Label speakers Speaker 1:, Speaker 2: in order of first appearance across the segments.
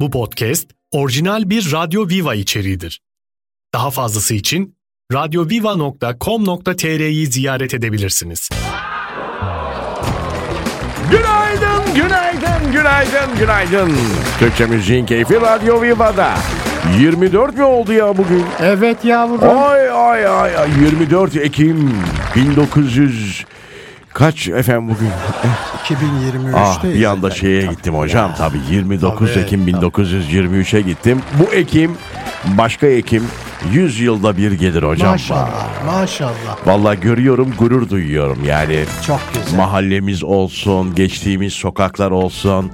Speaker 1: Bu podcast orijinal bir Radyo Viva içeriğidir. Daha fazlası için radyoviva.com.tr'yi ziyaret edebilirsiniz.
Speaker 2: Günaydın, günaydın, günaydın, günaydın. Türkçe Müziğin Keyfi Radyo Viva'da. 24 mi oldu ya bugün?
Speaker 3: Evet yavrum.
Speaker 2: Ay ay ay ay 24 Ekim 1900 kaç efendim bugün?
Speaker 3: 2023'te.
Speaker 2: Ah bir anda şeye gittim hocam tabii 29 Ekim 1923'e gittim. Bu Ekim başka Ekim 100 yılda bir gelir hocam.
Speaker 3: Maşallah, maşallah.
Speaker 2: Vallahi görüyorum gurur duyuyorum yani.
Speaker 3: Çok güzel.
Speaker 2: Mahallemiz olsun, geçtiğimiz sokaklar olsun,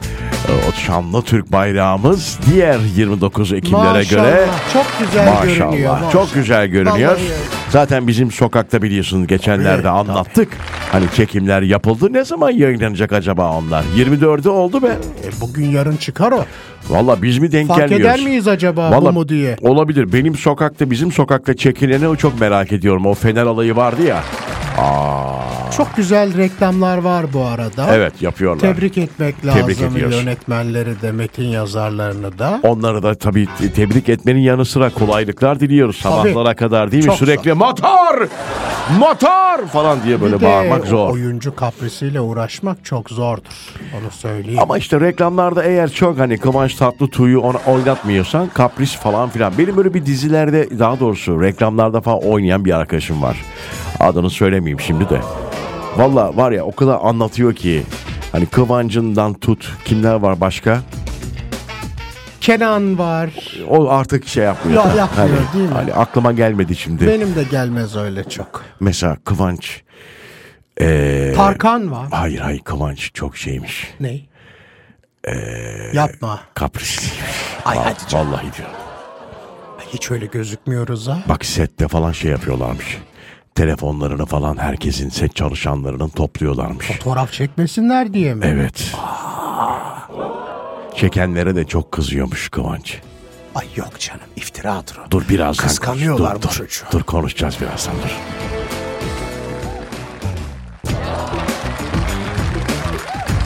Speaker 2: e, o şanlı Türk bayrağımız diğer 29 Ekimlere
Speaker 3: Maşallah,
Speaker 2: göre
Speaker 3: çok güzel görünüyor.
Speaker 2: maşallah çok güzel görünüyor.
Speaker 3: Vallahi öyle.
Speaker 2: Zaten bizim sokakta biliyorsunuz geçenlerde anlattık. Hani çekimler yapıldı. Ne zaman yayınlanacak acaba onlar? 24'ü oldu be.
Speaker 3: E, bugün yarın çıkar o.
Speaker 2: Valla biz mi denk
Speaker 3: Fark eder
Speaker 2: gelmiyoruz?
Speaker 3: miyiz acaba bu
Speaker 2: Vallahi
Speaker 3: mu diye?
Speaker 2: Olabilir. Benim sokakta bizim sokakta çekileni çok merak ediyorum. O fener alayı vardı ya.
Speaker 3: Çok güzel reklamlar var bu arada.
Speaker 2: Evet yapıyorlar.
Speaker 3: Tebrik etmek
Speaker 2: Tebrik
Speaker 3: lazım
Speaker 2: ediyoruz.
Speaker 3: yönetmenleri de, metin yazarlarını da.
Speaker 2: Onlara da tabii te- tebrik etmenin yanı sıra kolaylıklar diliyoruz sabahlara kadar değil mi?
Speaker 3: Çok
Speaker 2: Sürekli motor! Motor! falan diye böyle
Speaker 3: Bir de
Speaker 2: bağırmak zor.
Speaker 3: Oyuncu kaprisiyle uğraşmak çok zordur. Onu söyleyeyim.
Speaker 2: Ama işte reklamlarda eğer çok hani Kıvanç Tatlıtuğ'u ona oynatmıyorsan kapris falan filan. Benim böyle bir dizilerde daha doğrusu reklamlarda falan oynayan bir arkadaşım var. Adını söylemeyeyim şimdi de. Valla var ya o kadar anlatıyor ki hani Kıvancı'ndan tut kimler var başka?
Speaker 3: Kenan var.
Speaker 2: O artık şey yapmıyor.
Speaker 3: Ya yapmıyor,
Speaker 2: Hani-
Speaker 3: değil mi?
Speaker 2: hani aklıma gelmedi şimdi.
Speaker 3: Benim de gelmez öyle çok.
Speaker 2: Mesela Kıvanç. Ee,
Speaker 3: Tarkan var.
Speaker 2: hayır hayır Kıvanç çok şeymiş.
Speaker 3: Ne?
Speaker 2: ee,
Speaker 3: Yapma.
Speaker 2: Kaprisliymiş.
Speaker 3: Ay,
Speaker 2: Va-
Speaker 3: hadi
Speaker 2: Vallahi diyorum.
Speaker 3: Hiç öyle gözükmüyoruz ha.
Speaker 2: Bak sette falan şey yapıyorlarmış. Telefonlarını falan herkesin set çalışanlarının topluyorlarmış.
Speaker 3: Fotoğraf çekmesinler diye mi?
Speaker 2: Evet. Çekenlere de çok kızıyormuş Kıvanç.
Speaker 3: Ay yok canım iftiradır o.
Speaker 2: Dur birazdan. konuş-
Speaker 3: Kıskanıyorlar
Speaker 2: dur,
Speaker 3: bu
Speaker 2: dur,
Speaker 3: çocuğu.
Speaker 2: Dur konuşacağız birazdan dur.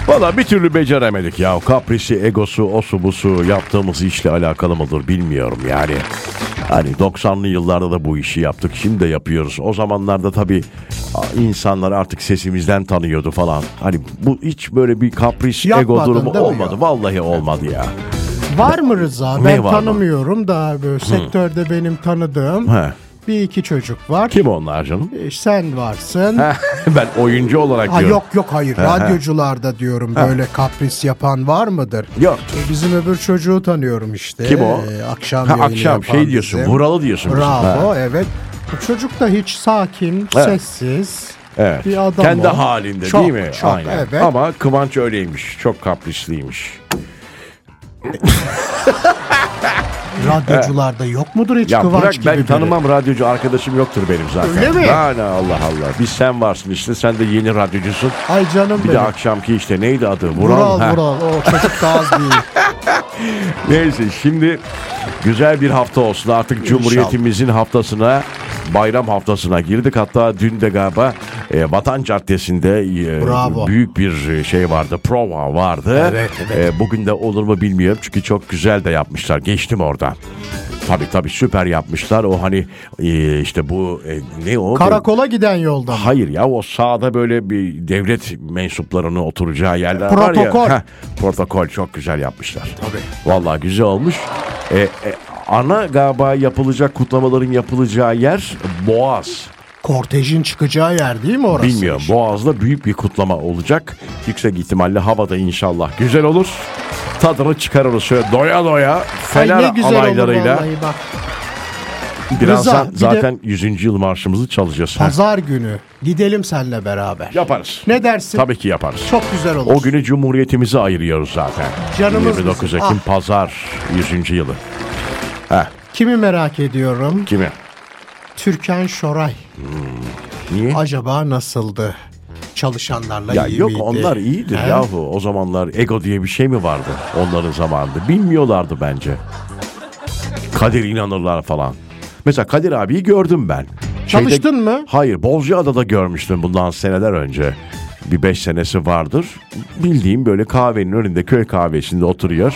Speaker 2: Valla bir türlü beceremedik ya. Kaprisi, egosu, osu busu yaptığımız işle alakalı mıdır bilmiyorum yani. Hani 90'lı yıllarda da bu işi yaptık. Şimdi de yapıyoruz. O zamanlarda tabii a- insanlar artık sesimizden tanıyordu falan. Hani bu hiç böyle bir kapris, ego
Speaker 3: Yapmadın
Speaker 2: durumu
Speaker 3: değil mi
Speaker 2: olmadı.
Speaker 3: ya?
Speaker 2: Vallahi olmadı ya.
Speaker 3: Var mı Rıza?
Speaker 2: Ne
Speaker 3: Ben
Speaker 2: var mı?
Speaker 3: tanımıyorum da böyle sektörde benim tanıdığım
Speaker 2: He.
Speaker 3: bir iki çocuk var.
Speaker 2: Kim onlar canım?
Speaker 3: E, Sen varsın.
Speaker 2: ben oyuncu olarak
Speaker 3: Ha,
Speaker 2: diyorum.
Speaker 3: yok yok hayır radyocularda diyorum böyle kapris yapan var mıdır?
Speaker 2: Yoktur.
Speaker 3: E, Bizim öbür çocuğu tanıyorum işte.
Speaker 2: Kim o?
Speaker 3: E, akşam
Speaker 2: Ha,
Speaker 3: yayını
Speaker 2: akşam
Speaker 3: yapan
Speaker 2: şey diyorsun.
Speaker 3: bizim.
Speaker 2: Vuralı diyorsun. bizim.
Speaker 3: Bravo
Speaker 2: Ha,
Speaker 3: evet. Bu çocuk da hiç sakin,
Speaker 2: Evet.
Speaker 3: sessiz
Speaker 2: Evet.
Speaker 3: bir adam
Speaker 2: Kendi
Speaker 3: o.
Speaker 2: halinde
Speaker 3: Çok,
Speaker 2: değil mi?
Speaker 3: Çok
Speaker 2: Aynen.
Speaker 3: evet.
Speaker 2: Ama Kıvanç öyleymiş. Çok kaprisliymiş.
Speaker 3: Radyocularda yok mudur hiç
Speaker 2: Ya
Speaker 3: Kıvanç
Speaker 2: bırak
Speaker 3: gibi
Speaker 2: ben
Speaker 3: biri?
Speaker 2: tanımam radyocu arkadaşım yoktur benim zaten.
Speaker 3: Öyle mi?
Speaker 2: Ha, ne, Allah Allah. Biz sen varsın işte. Sen de yeni radyocusun.
Speaker 3: Ay canım
Speaker 2: Bir de
Speaker 3: benim.
Speaker 2: akşamki işte neydi adı? Vural.
Speaker 3: Vural
Speaker 2: ha.
Speaker 3: Vural. O çocuk da az değil.
Speaker 2: Neyse şimdi güzel bir hafta olsun. Artık Cumhuriyetimizin haftasına bayram haftasına girdik. Hatta dün de galiba e, Vatan Caddesi'nde e,
Speaker 3: Bravo.
Speaker 2: büyük bir şey vardı. Prova vardı.
Speaker 3: Evet,
Speaker 2: E, bugün de olur mu bilmiyorum. Çünkü çok güzel de yapmışlar. Geçtim oradan. Tabii tabii süper yapmışlar. O hani e, işte bu e, ne o?
Speaker 3: Karakola giden yolda. mı?
Speaker 2: Hayır ya o sağda böyle bir devlet mensuplarının oturacağı yerler var
Speaker 3: Protokol.
Speaker 2: ya. Heh, protokol çok güzel yapmışlar. Tabii. Vallahi güzel olmuş. E, e, ana galiba yapılacak kutlamaların yapılacağı yer Boğaz.
Speaker 3: Kortejin çıkacağı yer değil mi orası?
Speaker 2: Bilmiyorum Boğaz'da büyük bir kutlama olacak. Yüksek ihtimalle havada inşallah güzel olur. Tadını çıkarırız şöyle doya doya.
Speaker 3: Ay
Speaker 2: Fener
Speaker 3: ne güzel
Speaker 2: alaylarıyla.
Speaker 3: olur vallahi bak.
Speaker 2: Birazdan
Speaker 3: Rıza, bir de-
Speaker 2: zaten 100. yıl marşımızı çalacağız. Heh,
Speaker 3: Pazar günü gidelim seninle beraber.
Speaker 2: Yaparız.
Speaker 3: Ne dersin?
Speaker 2: Tabii ki yaparız.
Speaker 3: Çok güzel olur.
Speaker 2: O günü Cumhuriyetimize ayırıyoruz zaten.
Speaker 3: Canımız
Speaker 2: 29
Speaker 3: bizim.
Speaker 2: Ekim
Speaker 3: Ah.
Speaker 2: Pazar 100. yılı.
Speaker 3: Kimi merak ediyorum?
Speaker 2: Kimi?
Speaker 3: Türkan Şoray.
Speaker 2: Niye?
Speaker 3: Acaba nasıldı? Çalışanlarla
Speaker 2: ya
Speaker 3: iyi
Speaker 2: yok
Speaker 3: miydi?
Speaker 2: onlar iyidir
Speaker 3: He?
Speaker 2: yahu. O zamanlar ego diye bir şey mi vardı onların zamanında? Bilmiyorlardı bence. Kadir inanırlar falan. Mesela Kadir abiyi gördüm ben. Şeyde-
Speaker 3: Çalıştın mı?
Speaker 2: Hayır Bozcaada'da görmüştüm bundan seneler önce. bir beş senesi vardır. Bildiğim böyle kahvenin önünde köy kahvesinde oturuyor.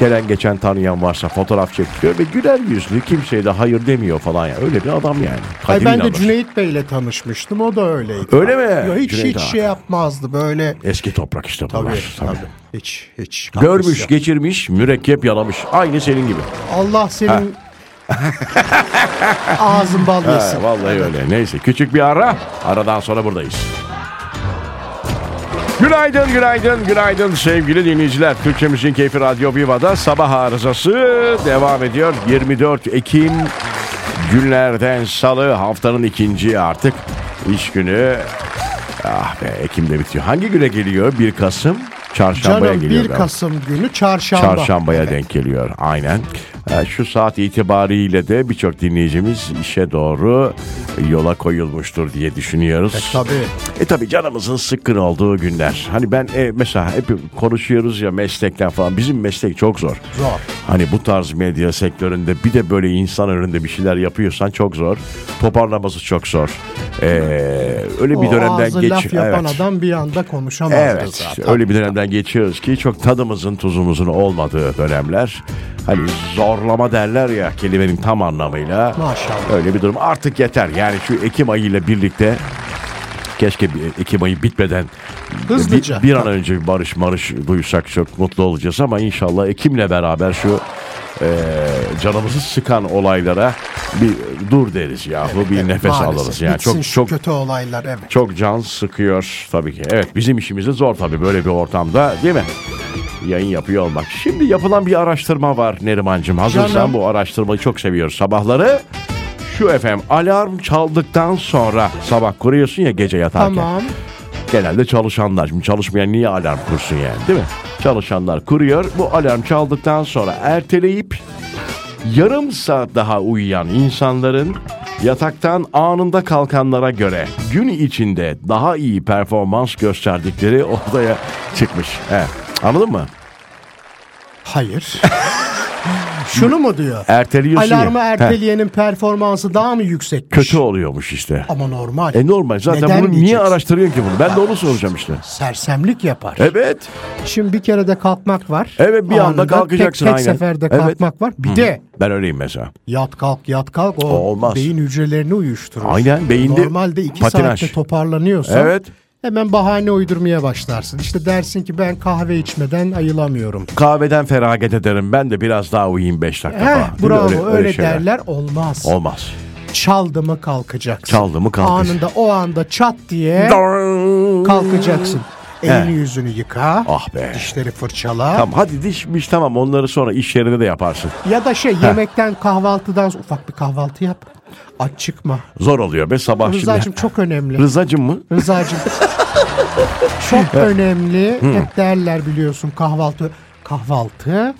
Speaker 2: Gelen geçen tanıyan varsa fotoğraf çekiyor ve güler yüzlü kimseye de hayır demiyor falan ya. Öyle bir adam yani.
Speaker 3: Ay
Speaker 2: Kadim
Speaker 3: ben de
Speaker 2: inanır.
Speaker 3: Cüneyt Bey'le tanışmıştım. O da öyleydi.
Speaker 2: Öyle mi?
Speaker 3: Yo, hiç
Speaker 2: Cüneyt
Speaker 3: hiç
Speaker 2: Ağa.
Speaker 3: şey yapmazdı böyle.
Speaker 2: Eski toprak işte bunlar.
Speaker 3: Tabii,
Speaker 2: Tabii.
Speaker 3: tabii. Hiç hiç. Kapris
Speaker 2: Görmüş,
Speaker 3: yap-
Speaker 2: geçirmiş, mürekkep yalamış. Aynı senin gibi.
Speaker 3: Allah senin ağzın bal yesin.
Speaker 2: Ha, vallahi öyle. Neyse küçük bir ara. Aradan sonra buradayız. Günaydın, günaydın, günaydın sevgili dinleyiciler. Türkçemizin Keyfi Radyo Viva'da sabah arızası devam ediyor. 24 Ekim günlerden salı haftanın ikinci artık iş günü. Ah be Ekim'de bitiyor. Hangi güne geliyor? 1 Kasım. Çarşambaya
Speaker 3: Canım
Speaker 2: geliyor.
Speaker 3: 1
Speaker 2: galiba.
Speaker 3: Kasım günü çarşamba.
Speaker 2: Çarşambaya denk geliyor aynen. Ee, Şu saat itibariyle de birçok dinleyicimiz işe doğru yola koyulmuştur diye düşünüyoruz.
Speaker 3: E, tabii.
Speaker 2: E tabii canımızın sıkkın olduğu günler. Hani ben e, mesela hep konuşuyoruz ya meslekten falan. Bizim meslek çok zor.
Speaker 3: Zor.
Speaker 2: Hani bu tarz medya sektöründe bir de böyle insan önünde bir şeyler yapıyorsan çok zor. Toparlaması çok zor. Ee, öyle bir
Speaker 3: o
Speaker 2: dönemden
Speaker 3: ağzı
Speaker 2: geç.
Speaker 3: laf yapan
Speaker 2: Evet.
Speaker 3: adam bir anda konuşamazdı
Speaker 2: Evet işte
Speaker 3: zaten.
Speaker 2: öyle bir dönemden geçiyoruz ki çok tadımızın tuzumuzun olmadığı dönemler. Hani zorlama derler ya kelimenin tam anlamıyla.
Speaker 3: Maşallah.
Speaker 2: Öyle bir durum artık yeter yani şu Ekim ayıyla birlikte keşke bir- e, Ekim ayı bitmeden
Speaker 3: Hızlıca.
Speaker 2: bir, bir an önce bir barış marış duysak çok mutlu olacağız ama inşallah Ekim'le beraber şu eee, canımızı sıkan olaylara bir dur deriz yahu bir nefes
Speaker 3: Maalesef.
Speaker 2: alırız yani
Speaker 3: Bitsin
Speaker 2: çok
Speaker 3: şu
Speaker 2: çok
Speaker 3: kötü olaylar evet.
Speaker 2: çok can sıkıyor tabii ki. Evet bizim işimiz de zor tabii böyle bir ortamda değil mi? Yayın yapıyor olmak. Şimdi yapılan bir araştırma var Nerimancığım. Hazırsan
Speaker 3: Canım.
Speaker 2: bu araştırmayı çok seviyoruz. Sabahları şu efendim alarm çaldıktan sonra sabah kuruyorsun ya gece yatarken.
Speaker 3: Tamam.
Speaker 2: Genelde çalışanlar. Şimdi çalışmayan niye alarm kursun yani değil mi? Çalışanlar kuruyor. Bu alarm çaldıktan sonra erteleyip yarım saat daha uyuyan insanların yataktan anında kalkanlara göre gün içinde daha iyi performans gösterdikleri ortaya çıkmış. He, anladın mı?
Speaker 3: Hayır. Şunu mu diyor?
Speaker 2: Erteliyorsun ya.
Speaker 3: Alarmı
Speaker 2: He,
Speaker 3: erteleyenin performansı daha mı yüksekmiş?
Speaker 2: kötü oluyormuş işte.
Speaker 3: Ama normal.
Speaker 2: E normal zaten
Speaker 3: Neden
Speaker 2: bunu niye
Speaker 3: diyeceksin?
Speaker 2: araştırıyorsun ki bunu? Ben de onu soracağım işte.
Speaker 3: Sersemlik yapar.
Speaker 2: Evet.
Speaker 3: Şimdi bir kere de kalkmak var.
Speaker 2: Evet, bir anda kalkacaksın,
Speaker 3: tek, tek
Speaker 2: aynen.
Speaker 3: seferde
Speaker 2: Evet.
Speaker 3: kalkmak var. Bir de
Speaker 2: Ben öyleyim mesela.
Speaker 3: yat kalk yat kalk o
Speaker 2: Olmaz.
Speaker 3: beyin hücrelerini uyuşturur.
Speaker 2: Aynen, beyinde
Speaker 3: Normalde iki
Speaker 2: patinaj.
Speaker 3: saatte toparlanıyorsan
Speaker 2: Evet.
Speaker 3: hemen bahane uydurmaya başlarsın. İşte dersin ki ben kahve içmeden ayılamıyorum.
Speaker 2: Kahveden feragat ederim. Ben de biraz daha uyuyayım 5 dakika
Speaker 3: He,
Speaker 2: falan. Değil mi?
Speaker 3: bravo öyle,
Speaker 2: şeyler.
Speaker 3: derler olmaz.
Speaker 2: Olmaz.
Speaker 3: Çaldı mı kalkacaksın.
Speaker 2: Çaldı mı kalkacaksın.
Speaker 3: Anında o anda çat diye kalkacaksın. Elini yüzünü yıka.
Speaker 2: Ah be.
Speaker 3: Dişleri fırçala.
Speaker 2: Tamam hadi dişmiş tamam onları sonra iş yerinde de yaparsın.
Speaker 3: Ya da şey yemekten kahvaltıdan sonra ufak bir kahvaltı yap. Aç çıkma.
Speaker 2: Zor oluyor be sabah
Speaker 3: Rızacığım
Speaker 2: şimdi.
Speaker 3: çok önemli.
Speaker 2: Rızacım mı?
Speaker 3: Rızacığım çok önemli. Hep derler biliyorsun kahvaltı. Kahvaltı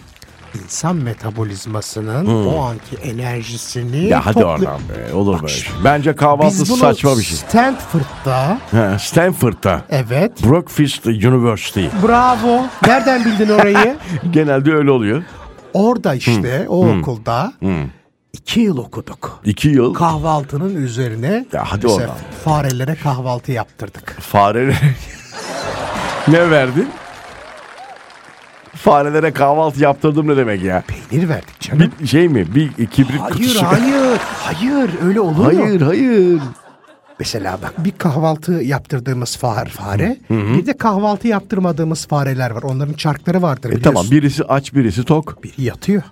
Speaker 3: insan metabolizmasının o anki enerjisini
Speaker 2: Ya hadi
Speaker 3: topla-
Speaker 2: oradan be olur böyle.
Speaker 3: şimdi,
Speaker 2: şey. Bence kahvaltı
Speaker 3: Biz bunu
Speaker 2: saçma bir şey.
Speaker 3: Stanford'da
Speaker 2: Ha, Stanford'da.
Speaker 3: evet.
Speaker 2: Breakfast University.
Speaker 3: Bravo. Nereden bildin orayı?
Speaker 2: Genelde öyle oluyor.
Speaker 3: Orada işte o okulda iki yıl okuduk.
Speaker 2: İki yıl
Speaker 3: kahvaltının üzerine
Speaker 2: Ya hadi
Speaker 3: bize
Speaker 2: oradan.
Speaker 3: farelere kahvaltı yaptırdık.
Speaker 2: fareler... ne verdin? Farelere kahvaltı yaptırdım ne demek ya?
Speaker 3: Peynir verdik canım.
Speaker 2: Bir şey mi? Bir kibrit
Speaker 3: Hayır
Speaker 2: kutusu.
Speaker 3: hayır hayır öyle olur mu?
Speaker 2: hayır. hayır.
Speaker 3: Mesela bak bir kahvaltı yaptırdığımız fare, fare bir de kahvaltı yaptırmadığımız fareler var. Onların çarkları vardır
Speaker 2: E
Speaker 3: biliyorsun.
Speaker 2: tamam birisi aç birisi tok.
Speaker 3: Biri yatıyor.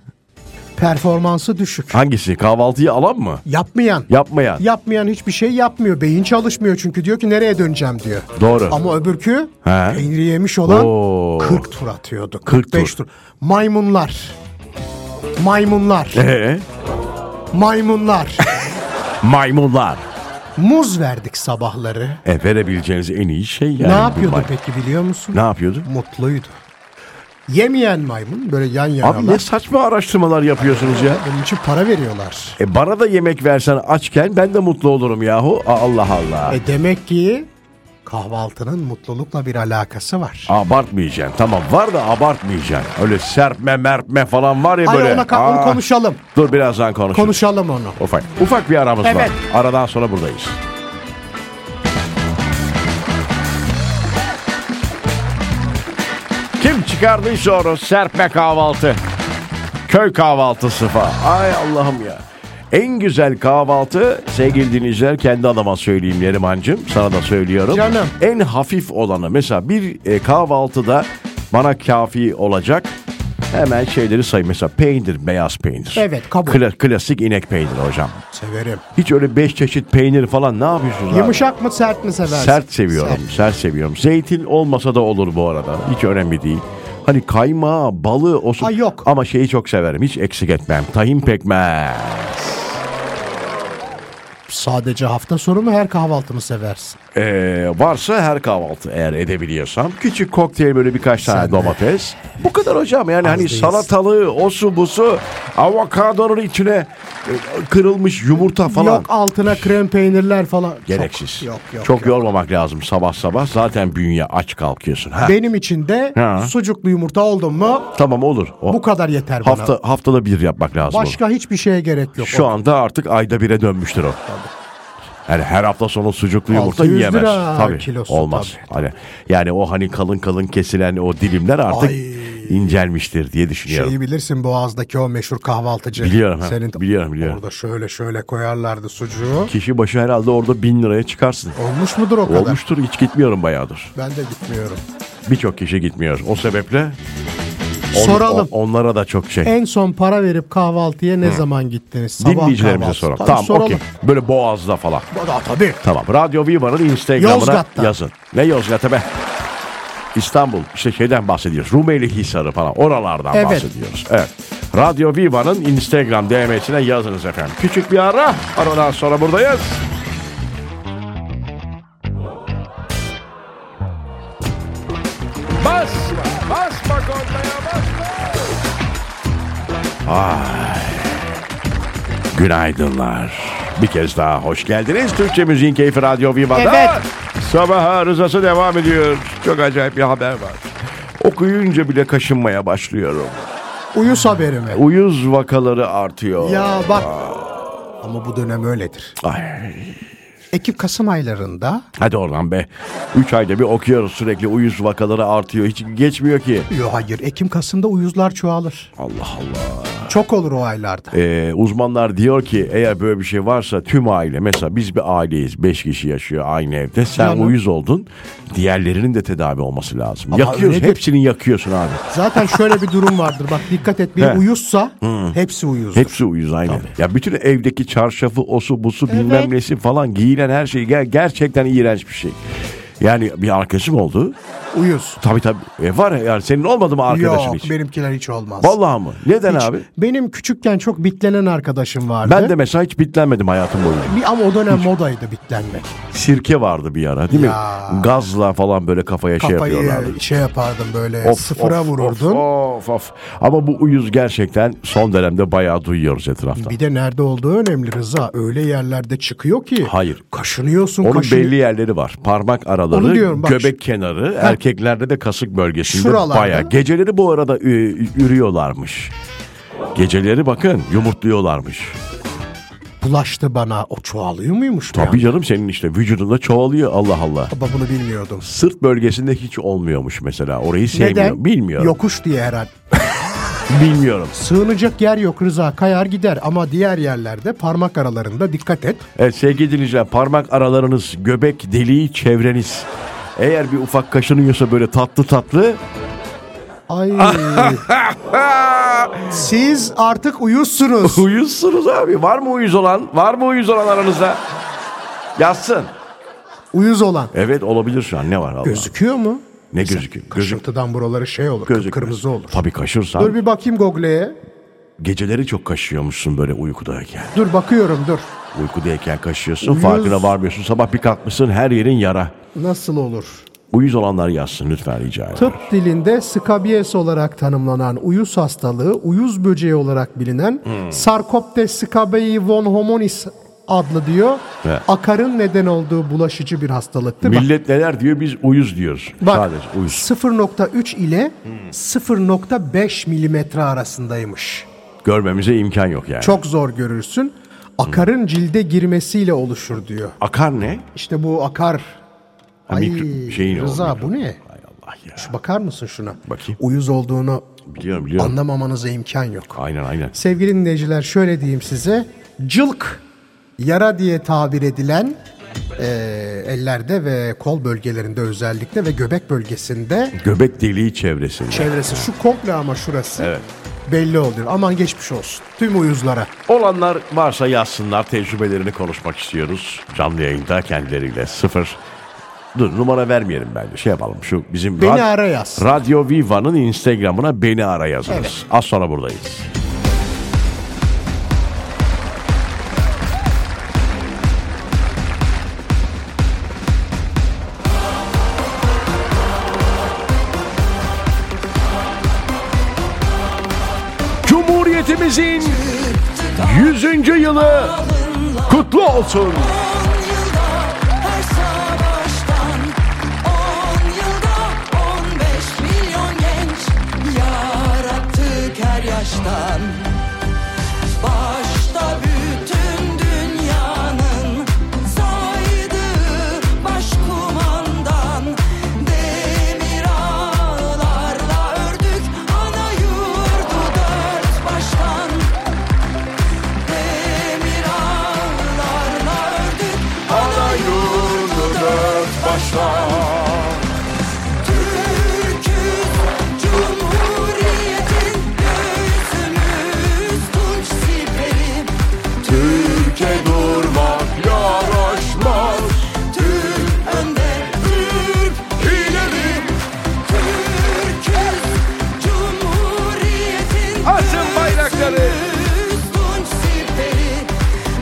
Speaker 3: Performansı düşük.
Speaker 2: Hangisi? şey, Kahvaltıyı alan mı?
Speaker 3: Yapmayan.
Speaker 2: Yapmayan.
Speaker 3: Yapmayan hiçbir şey yapmıyor. Beyin çalışmıyor çünkü diyor ki nereye döneceğim diyor.
Speaker 2: Doğru.
Speaker 3: Ama öbürkü
Speaker 2: He.
Speaker 3: peyniri yemiş olan
Speaker 2: Oo.
Speaker 3: 40 tur atıyordu.
Speaker 2: 40
Speaker 3: 45 tur. Maymunlar. Maymunlar.
Speaker 2: Ee,
Speaker 3: Maymunlar.
Speaker 2: maymunlar.
Speaker 3: Muz verdik sabahları.
Speaker 2: E, verebileceğiniz en iyi şey yani.
Speaker 3: ne
Speaker 2: bu
Speaker 3: yapıyordu
Speaker 2: may-
Speaker 3: peki biliyor musun?
Speaker 2: Ne yapıyordu?
Speaker 3: Mutluydu. Yemeyen maymun böyle yan yana.
Speaker 2: Abi ne saçma araştırmalar yapıyorsunuz ya.
Speaker 3: Bunun için para veriyorlar.
Speaker 2: E bana da yemek versen açken ben de mutlu olurum yahu. Aa, Allah Allah.
Speaker 3: E demek ki kahvaltının mutlulukla bir alakası var.
Speaker 2: Abartmayacaksın. Tamam var da abartmayacaksın. Öyle serpme merpme falan var ya
Speaker 3: Ay
Speaker 2: böyle.
Speaker 3: ona ka- onu
Speaker 2: Aa,
Speaker 3: konuşalım.
Speaker 2: Dur birazdan konuşuruz.
Speaker 3: Konuşalım onu.
Speaker 2: Ufak, ufak bir aramız var.
Speaker 3: Evet.
Speaker 2: Aradan sonra buradayız. çıkardıysa onu serpme kahvaltı. Köy kahvaltısı falan. Ay Allah'ım ya. En güzel kahvaltı sevgili dinleyiciler kendi adama söyleyeyim Nerimancığım. Sana da söylüyorum.
Speaker 3: Canım.
Speaker 2: En hafif olanı mesela bir e, kahvaltıda bana kafi olacak. Hemen şeyleri say mesela peynir beyaz peynir.
Speaker 3: Evet, kabul.
Speaker 2: Kla- klasik inek peyniri hocam.
Speaker 3: Severim.
Speaker 2: Hiç öyle beş çeşit peynir falan ne yapıyorsunuz? abi?
Speaker 3: Yumuşak mı sert mi seversin?
Speaker 2: Sert seviyorum. Sert. seviyorum. Zeytin olmasa da olur bu arada. Hiç önemli değil. Hani kaymağı, balı, o su-
Speaker 3: Ay yok.
Speaker 2: Ama şeyi çok severim. Hiç eksik etmem. Tahin pekmez.
Speaker 3: Sadece hafta sonu mu her kahvaltımı seversin?
Speaker 2: Ee, varsa her kahvaltı eğer edebiliyorsam. Küçük kokteyl böyle birkaç tane domates. Bu kadar hocam yani hani
Speaker 3: değil.
Speaker 2: salatalığı, o su bu su, avokadonun içine e, kırılmış yumurta falan.
Speaker 3: Yok altına krem peynirler falan. Çok-
Speaker 2: Gereksiz.
Speaker 3: yok yok.
Speaker 2: çok
Speaker 3: yok.
Speaker 2: yormamak lazım sabah sabah. Zaten bünye aç kalkıyorsun. Ha.
Speaker 3: Benim için de
Speaker 2: Ha.
Speaker 3: sucuklu yumurta oldu mu
Speaker 2: Tamam olur. O-
Speaker 3: bu kadar yeter bana.
Speaker 2: Hafta haftada bir yapmak lazım.
Speaker 3: Başka hiçbir şeye gerek yok.
Speaker 2: Şu anda artık ayda bire dönmüştür o. Yani her hafta sonu sucuklu yumurta
Speaker 3: 600
Speaker 2: yiyemez.
Speaker 3: lira
Speaker 2: Tabii
Speaker 3: kilosu,
Speaker 2: olmaz. Hani yani o hani kalın kalın kesilen o dilimler artık
Speaker 3: Ay.
Speaker 2: incelmiştir diye düşünüyorum.
Speaker 3: Şeyi bilirsin Boğaz'daki o meşhur kahvaltıcı.
Speaker 2: Biliyorum, ha. Biliyorum, biliyorum.
Speaker 3: Orada şöyle şöyle koyarlardı sucuğu.
Speaker 2: Kişi başı herhalde orada bin liraya çıkarsın.
Speaker 3: Olmuş mudur o kadar?
Speaker 2: Olmuştur hiç gitmiyorum bayağıdır.
Speaker 3: Ben de gitmiyorum.
Speaker 2: Birçok kişi gitmiyor. O sebeple on-
Speaker 3: Soralım.
Speaker 2: on- onlara da çok şey.
Speaker 3: En son para verip kahvaltıya ne zaman gittiniz? Sabah
Speaker 2: Dinleyicilerimize
Speaker 3: kahvaltısı.
Speaker 2: soralım.
Speaker 3: Tabii
Speaker 2: Tamam
Speaker 3: soralım.
Speaker 2: okey. Böyle boğazda falan.
Speaker 3: Aa, tabii.
Speaker 2: Tamam. Radyo Viva'nın Instagram'ına
Speaker 3: Yozgat'ta.
Speaker 2: yazın. Ne Yozgat'ı be? İstanbul. işte şeyden bahsediyoruz. Rumeli Hisarı falan. Oralardan
Speaker 3: Evet.
Speaker 2: bahsediyoruz. Evet. Radyo Viva'nın Instagram DM'sine yazınız efendim. Küçük bir ara. Aradan sonra buradayız. Basma. Basma kornaya basma. Ay. Günaydınlar. Bir kez daha hoş geldiniz. Türkçe Müziğin Keyfi Radyo Viva'da.
Speaker 3: Evet.
Speaker 2: Sabah arızası devam ediyor. Çok acayip bir haber var. Okuyunca bile kaşınmaya başlıyorum.
Speaker 3: Uyuz haberi mi?
Speaker 2: Uyuz vakaları artıyor.
Speaker 3: Ya bak. Ama bu dönem öyledir.
Speaker 2: Ay,
Speaker 3: Ekim-Kasım aylarında
Speaker 2: hadi oradan be. Üç ayda bir okuyoruz sürekli uyuz vakaları artıyor. Hiç geçmiyor ki.
Speaker 3: Yok hayır Ekim-Kasım'da uyuzlar çoğalır.
Speaker 2: Allah Allah.
Speaker 3: Çok olur o aylarda.
Speaker 2: Ee, uzmanlar diyor ki eğer böyle bir şey varsa tüm aile mesela biz bir aileyiz. Beş kişi yaşıyor aynı evde. Sen
Speaker 3: Yani.
Speaker 2: uyuz oldun. Diğerlerinin de tedavi olması lazım.
Speaker 3: Ama
Speaker 2: Yakıyoruz.
Speaker 3: öyledir.
Speaker 2: Hepsini yakıyorsun abi.
Speaker 3: Zaten şöyle bir durum vardır. Bak dikkat et
Speaker 2: He.
Speaker 3: bir uyuzsa hepsi uyuzdur.
Speaker 2: Hepsi uyuz aynen. Ya bütün evdeki çarşafı, osu, busu bilmem nesi falan giyilen her şey ger- gerçekten iğrenç bir şey. Yani bir arkadaşım oldu.
Speaker 3: Uyuz.
Speaker 2: Tabii tabii. E, var ya, yani senin olmadı mı arkadaşın
Speaker 3: Yok
Speaker 2: hiç?
Speaker 3: benimkiler hiç olmaz.
Speaker 2: Vallahi mı? Neden
Speaker 3: Hiç.
Speaker 2: abi?
Speaker 3: Benim küçükken çok bitlenen arkadaşım vardı.
Speaker 2: Ben de mesela hiç bitlenmedim hayatım boyunca.
Speaker 3: Bir, ama o dönem modaydı bitlenmek.
Speaker 2: Sirke vardı bir ara değil
Speaker 3: Ya.
Speaker 2: mi? Gazla falan böyle kafaya şey
Speaker 3: Kafayı
Speaker 2: yapıyorlardı.
Speaker 3: şey yapardım böyle sıfıra
Speaker 2: of,
Speaker 3: vururdun.
Speaker 2: Of, of of. Ama bu uyuz gerçekten son dönemde bayağı duyuyoruz etrafta.
Speaker 3: Bir de nerede olduğu önemli Rıza. Öyle yerlerde çıkıyor ki.
Speaker 2: Hayır.
Speaker 3: Kaşınıyorsun
Speaker 2: Onun
Speaker 3: kaşını-
Speaker 2: belli yerleri var. Parmak araları,
Speaker 3: Onu diyorum, bak
Speaker 2: göbek
Speaker 3: şu-
Speaker 2: kenarı, erkeklerde de kasık bölgesinde
Speaker 3: Şuralarda.
Speaker 2: bayağı. Geceleri bu arada ü- ürüyorlarmış. Geceleri bakın yumurtluyorlarmış.
Speaker 3: Bulaştı bana. O çoğalıyor muymuş? bu
Speaker 2: Tabii
Speaker 3: ya?
Speaker 2: canım senin işte vücudunda çoğalıyor Allah Allah.
Speaker 3: Baba bunu bilmiyordum.
Speaker 2: Sırt bölgesinde hiç olmuyormuş mesela. Orayı sevmiyor.
Speaker 3: Neden?
Speaker 2: Şey Bilmiyorum.
Speaker 3: Yokuş diye herhalde.
Speaker 2: Bilmiyorum.
Speaker 3: Sığınacak yer yok Rıza. Kayar gider ama diğer yerlerde parmak aralarında dikkat et.
Speaker 2: Evet sevgili dinleyiciler parmak aralarınız, göbek deliği, çevreniz. Eğer bir ufak kaşınıyorsa böyle tatlı tatlı
Speaker 3: Ay. Siz artık uyuzsunuz.
Speaker 2: uyuzsunuz abi. Var mı uyuz olan? Var mı uyuz olan aranızda? Yazsın.
Speaker 3: Uyuz olan.
Speaker 2: Evet olabilir şu an ne var Allah.
Speaker 3: Gözüküyor mu?
Speaker 2: Ne gözüküyor? Gözük
Speaker 3: Kaşıntıdan buraları şey olur.
Speaker 2: gözük.
Speaker 3: Kırmızı olur.
Speaker 2: Tabii kaşırsan.
Speaker 3: Dur bir bakayım Google'e.
Speaker 2: Geceleri çok kaşıyormuşsun böyle uykudayken.
Speaker 3: Dur bakıyorum dur.
Speaker 2: Uykudayken kaşıyorsun, farkına varmıyorsun. Sabah bir kalkmışsın her yerin yara.
Speaker 3: Nasıl olur?
Speaker 2: Uyuz olanlar yazsın lütfen rica ederim.
Speaker 3: Tıp dilinde skabiyes olarak tanımlanan uyuz hastalığı, uyuz böceği olarak bilinen
Speaker 2: Hmm.
Speaker 3: Sarcoptes scabii von homonis adlı diyor.
Speaker 2: Evet.
Speaker 3: Akarın neden olduğu bulaşıcı bir hastalıktır. Bak-
Speaker 2: Millet neler diyor biz uyuz diyoruz.
Speaker 3: Bak,
Speaker 2: Sadece uyuz. Hmm.
Speaker 3: 0.3 ile 0.5 milimetre arasındaymış.
Speaker 2: Görmemize imkan yok yani.
Speaker 3: Çok zor görürsün. Akarın
Speaker 2: Hmm.
Speaker 3: cilde girmesiyle oluşur diyor.
Speaker 2: Akar ne?
Speaker 3: İşte bu akar.
Speaker 2: Ha, mikro- şeyin o,
Speaker 3: Rıza
Speaker 2: mikro-
Speaker 3: bu ne?
Speaker 2: Hay Allah. ya.
Speaker 3: Şu bakar mısın şuna?
Speaker 2: Bakayım.
Speaker 3: Uyuz olduğunu
Speaker 2: Biliyorum biliyorum.
Speaker 3: anlamamanıza imkan yok.
Speaker 2: Aynen aynen.
Speaker 3: Sevgili dinleyiciler şöyle diyeyim size. Cılk yara diye tabir edilen e, ellerde ve kol bölgelerinde özellikle ve göbek bölgesinde
Speaker 2: Göbek deliği çevresinde.
Speaker 3: çevresi şu komple ama şurası
Speaker 2: Evet.
Speaker 3: belli oluyor. Aman geçmiş olsun tüm uyuzlara.
Speaker 2: Olanlar varsa yazsınlar tecrübelerini konuşmak istiyoruz. Canlı yayında kendileriyle sıfır. Dur numara vermeyelim bence şey yapalım şu bizim
Speaker 3: Beni ara yaz.
Speaker 2: Radyo Viva'nın Instagram'ına beni ara yazınız. Az sonra buradayız. Cumhuriyetimizin 100. yılı kutlu olsun.
Speaker 4: On yılda her savaştan, on yılda on beş milyon genç yarattık her yaştan. Başta bütün dünyanın saydığı başkumandan demir ağlarla ördük ana yurdu dört baştan. Demir ağlarla ördük ana yurdu dört baştan. Türk'üz, Cumhuriyet'in gözümüz tunç siperi. Türkiye durmak yaraşmaz. Türk önde, Türk ileri. Türk'üz, Cumhuriyet'in
Speaker 2: Atın bayrakları.
Speaker 4: gözümüz tunç siperi.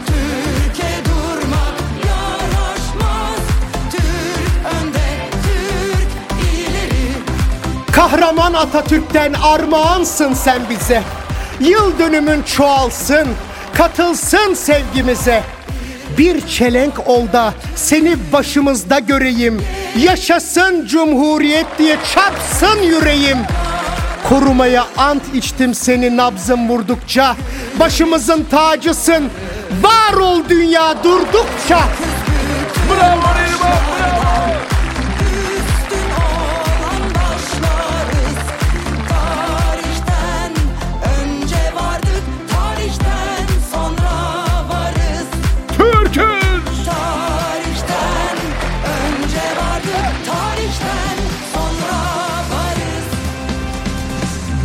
Speaker 4: Türkiye durmak yaraşmaz. Türk önde, Türk ileri.
Speaker 3: Kahraman Atatürk'ten armağansın sen bize. Yıl dönümün çoğalsın, katılsın sevgimize. Bir çelenk ol da seni başımızda göreyim. Yaşasın cumhuriyet diye çarpsın yüreğim. Korumaya ant içtim seni nabzım vurdukça. Başımızın tacısın, var ol dünya durdukça.
Speaker 4: Üstün olan başlarız. Tarihten önce vardık, tarihten sonra varız.
Speaker 2: Türk'üz.
Speaker 4: Tarihten önce vardık, tarihten sonra varız.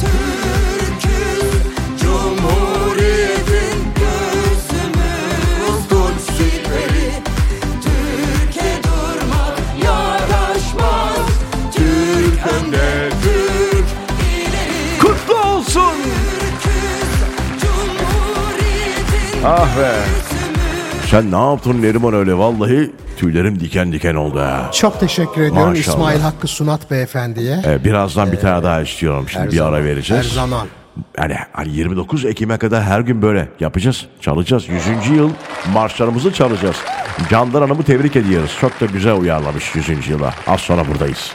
Speaker 4: Türk'üz, Cumhuriyet'in göğsümüz tunç siperi. Türkiye durmak yaraşmaz. Türk önde, Türk ileri.
Speaker 2: Kutlu olsun.
Speaker 4: Türk'üz, Cumhuriyet'in
Speaker 2: Ah be.
Speaker 4: göğsümüz
Speaker 2: Sen ne yaptın Neriman öyle vallahi tüylerim diken diken oldu ha.
Speaker 3: Çok teşekkür ediyorum
Speaker 2: Maşallah.
Speaker 3: İsmail Hakkı Sunat Beyefendi'ye.
Speaker 2: Ee, birazdan bir tane daha istiyorum şimdi bir ara vereceğiz.
Speaker 3: Her zaman.
Speaker 2: Yani hani 29 Ekim'e kadar her gün böyle yapacağız, çalacağız. 100. yıl marşlarımızı çalacağız. Candan Hanım'ı tebrik ediyoruz. Çok da güzel uyarlamış 100. yıla. Az sonra buradayız.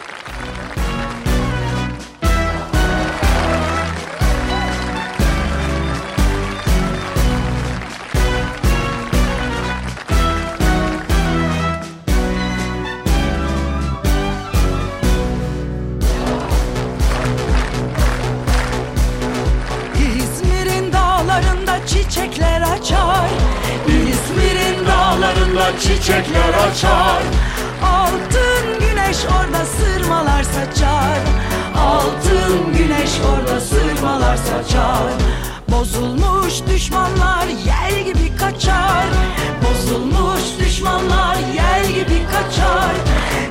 Speaker 4: İzmir'in dağlarında çiçekler açar İzmir'in dağlarında çiçekler açar Altın güneş orada sırmalar saçar Altın güneş orada sırmalar saçar Bozulmuş düşmanlar yel gibi kaçar Bozulmuş düşmanlar yel gibi kaçar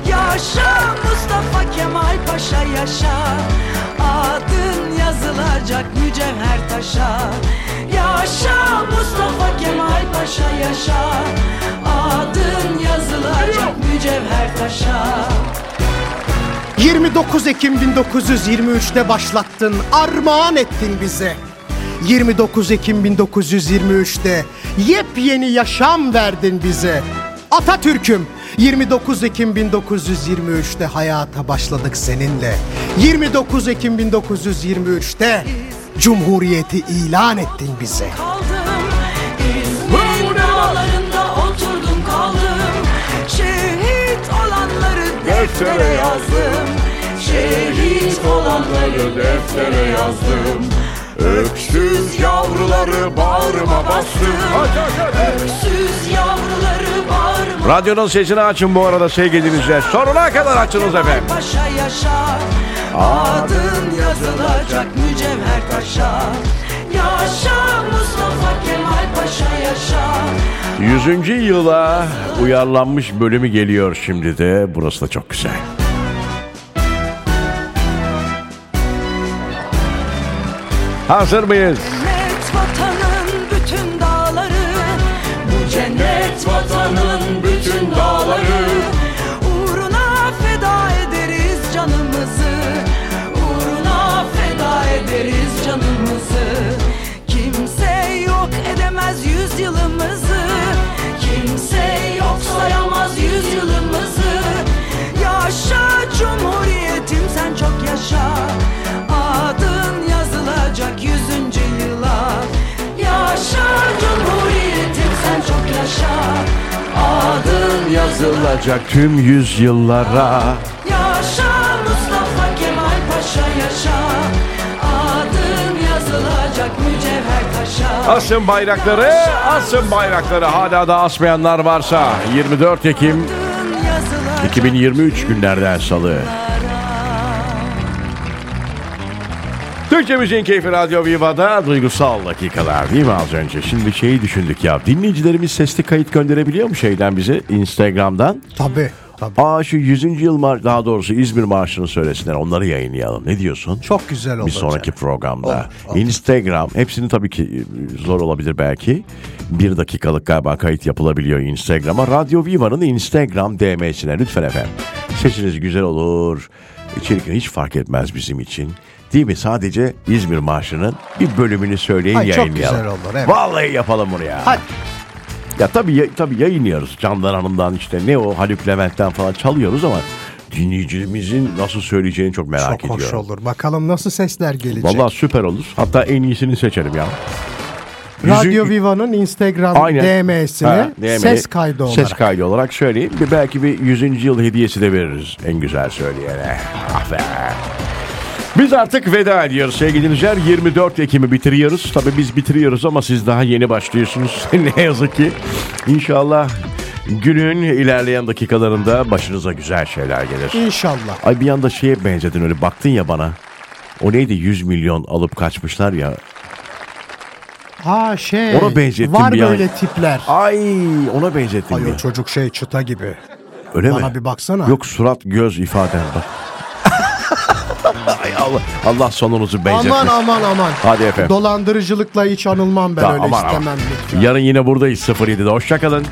Speaker 4: Yaşa Mustafa Kemal Paşa yaşa Adın yazılacak mücevher taşa Yaşa Mustafa Kemal Paşa yaşa Adın yazılacak mücevher taşa
Speaker 3: 29 Ekim 1923'te başlattın, armağan ettin bize. 29 Ekim 1923'te yepyeni yaşam verdin bize. Atatürk'üm 29 Ekim 1923'te hayata başladık seninle. 29 Ekim 1923'te Cumhuriyeti ilan ettin bize.
Speaker 4: kaldım İzmir dağlarında oturdum kaldım Şehit olanları deftere yazdım Şehit şehit olanları deftere yazdım Öksüz yavruları bağrıma bastım Öksüz yavruları bağrıma
Speaker 2: Radyonun sesini açın bu arada sevgilinize. Sonuna kadar açınız efendim.
Speaker 4: Paşa yaşa Adın yazılacak mücevher taşa Yaşa Mustafa Kemal Paşa yaşa
Speaker 2: 100. yıla uyarlanmış bölümü geliyor şimdi de. Burası da çok güzel. Hazır mıyız?
Speaker 4: Cennet vatanın bütün dağları Bu cennet vatanın bütün dağları Uğruna feda ederiz canımızı Uğruna feda ederiz canımızı Kimse yok edemez yüzyılımızı Kimse yok sayamaz yüzyılımızı Yaşa cumhuriyetim sen çok yaşa Adın yazılacak yüzüncü yıla Yaşa cumhuriyetim sen çok yaşa Adın yazılacak
Speaker 2: Olacak tüm yüzyıllara
Speaker 4: Yaşa Mustafa Kemal Paşa yaşa Adın yazılacak mücevher taşa
Speaker 2: Asın bayrakları, asın bayrakları hala da asmayanlar varsa 24 Ekim
Speaker 4: Adın yazılacak
Speaker 2: 2023 günlerden salı.
Speaker 4: yıllara.
Speaker 2: Türkçe Müziğin Keyfi Radyo Viva'da duygusal dakikalar değil mi az önce? Şimdi şeyi düşündük ya dinleyicilerimiz sesli kayıt gönderebiliyor mu şeyden bize Instagram'dan?
Speaker 3: Tabii. Tabii.
Speaker 2: Aa şu 100. yıl mar- daha doğrusu İzmir Marşı'nı söylesinler onları yayınlayalım ne diyorsun?
Speaker 3: Çok güzel olacak.
Speaker 2: Bir sonraki programda.
Speaker 3: Olur, olur.
Speaker 2: Instagram hepsini tabii ki e, zor olabilir belki. Bir dakikalık galiba kayıt yapılabiliyor Instagram'a. Radyo Viva'nın Instagram DM'sine lütfen efendim. Sesiniz güzel olur. İçerikini hiç fark etmez bizim için. Değil mi? Sadece İzmir Marşı'nın bir bölümünü söyleyin
Speaker 3: Ay, çok
Speaker 2: yayınlayalım.
Speaker 3: güzel olur, evet.
Speaker 2: Vallahi yapalım bunu ya.
Speaker 3: Hadi.
Speaker 2: Ya tabii, ya- tabii yayınlıyoruz. Candan Hanım'dan işte ne o Haluk Levent'ten falan çalıyoruz ama dinleyicimizin nasıl söyleyeceğini çok merak
Speaker 3: Çok
Speaker 2: ediyorum.
Speaker 3: hoş olur. Bakalım nasıl sesler gelecek.
Speaker 2: Vallahi süper olur. Hatta en iyisini seçelim ya.
Speaker 3: Radyo
Speaker 2: Yüzü-
Speaker 3: Viva'nın Instagram
Speaker 2: Ha,
Speaker 3: DM'sine
Speaker 2: DM'yi
Speaker 3: ses kaydı olarak.
Speaker 2: Ses kaydı olarak söyleyeyim. Bir belki bir 100. yıl hediyesi de veririz en güzel söyleyene. Ah be. Biz artık veda ediyoruz sevgili dinleyiciler. 24 Ekim'i bitiriyoruz. Tabii biz bitiriyoruz ama siz daha yeni başlıyorsunuz. ne yazık ki. İnşallah günün ilerleyen dakikalarında başınıza güzel şeyler gelir.
Speaker 3: İnşallah.
Speaker 2: Ay bir anda şeye benzedin öyle baktın ya bana. O neydi 100 milyon alıp kaçmışlar ya.
Speaker 3: Ha şey.
Speaker 2: Ona benzettim
Speaker 3: Var
Speaker 2: bir an.
Speaker 3: böyle tipler.
Speaker 2: Ay ona benzettin
Speaker 3: Ay
Speaker 2: ya.
Speaker 3: o çocuk şey çıta gibi.
Speaker 2: Öyle mi?
Speaker 3: Bana bir baksana.
Speaker 2: Yok surat göz ifaden bak. Ay Allah, Allah sonunuzu benzetmiş.
Speaker 3: Aman aman aman.
Speaker 2: Hadi efendim.
Speaker 3: Dolandırıcılıkla hiç anılmam ben
Speaker 2: Ya
Speaker 3: öyle
Speaker 2: aman aman.
Speaker 3: istemem lütfen.
Speaker 2: Yarın yine buradayız 07'de. Hoşçakalın.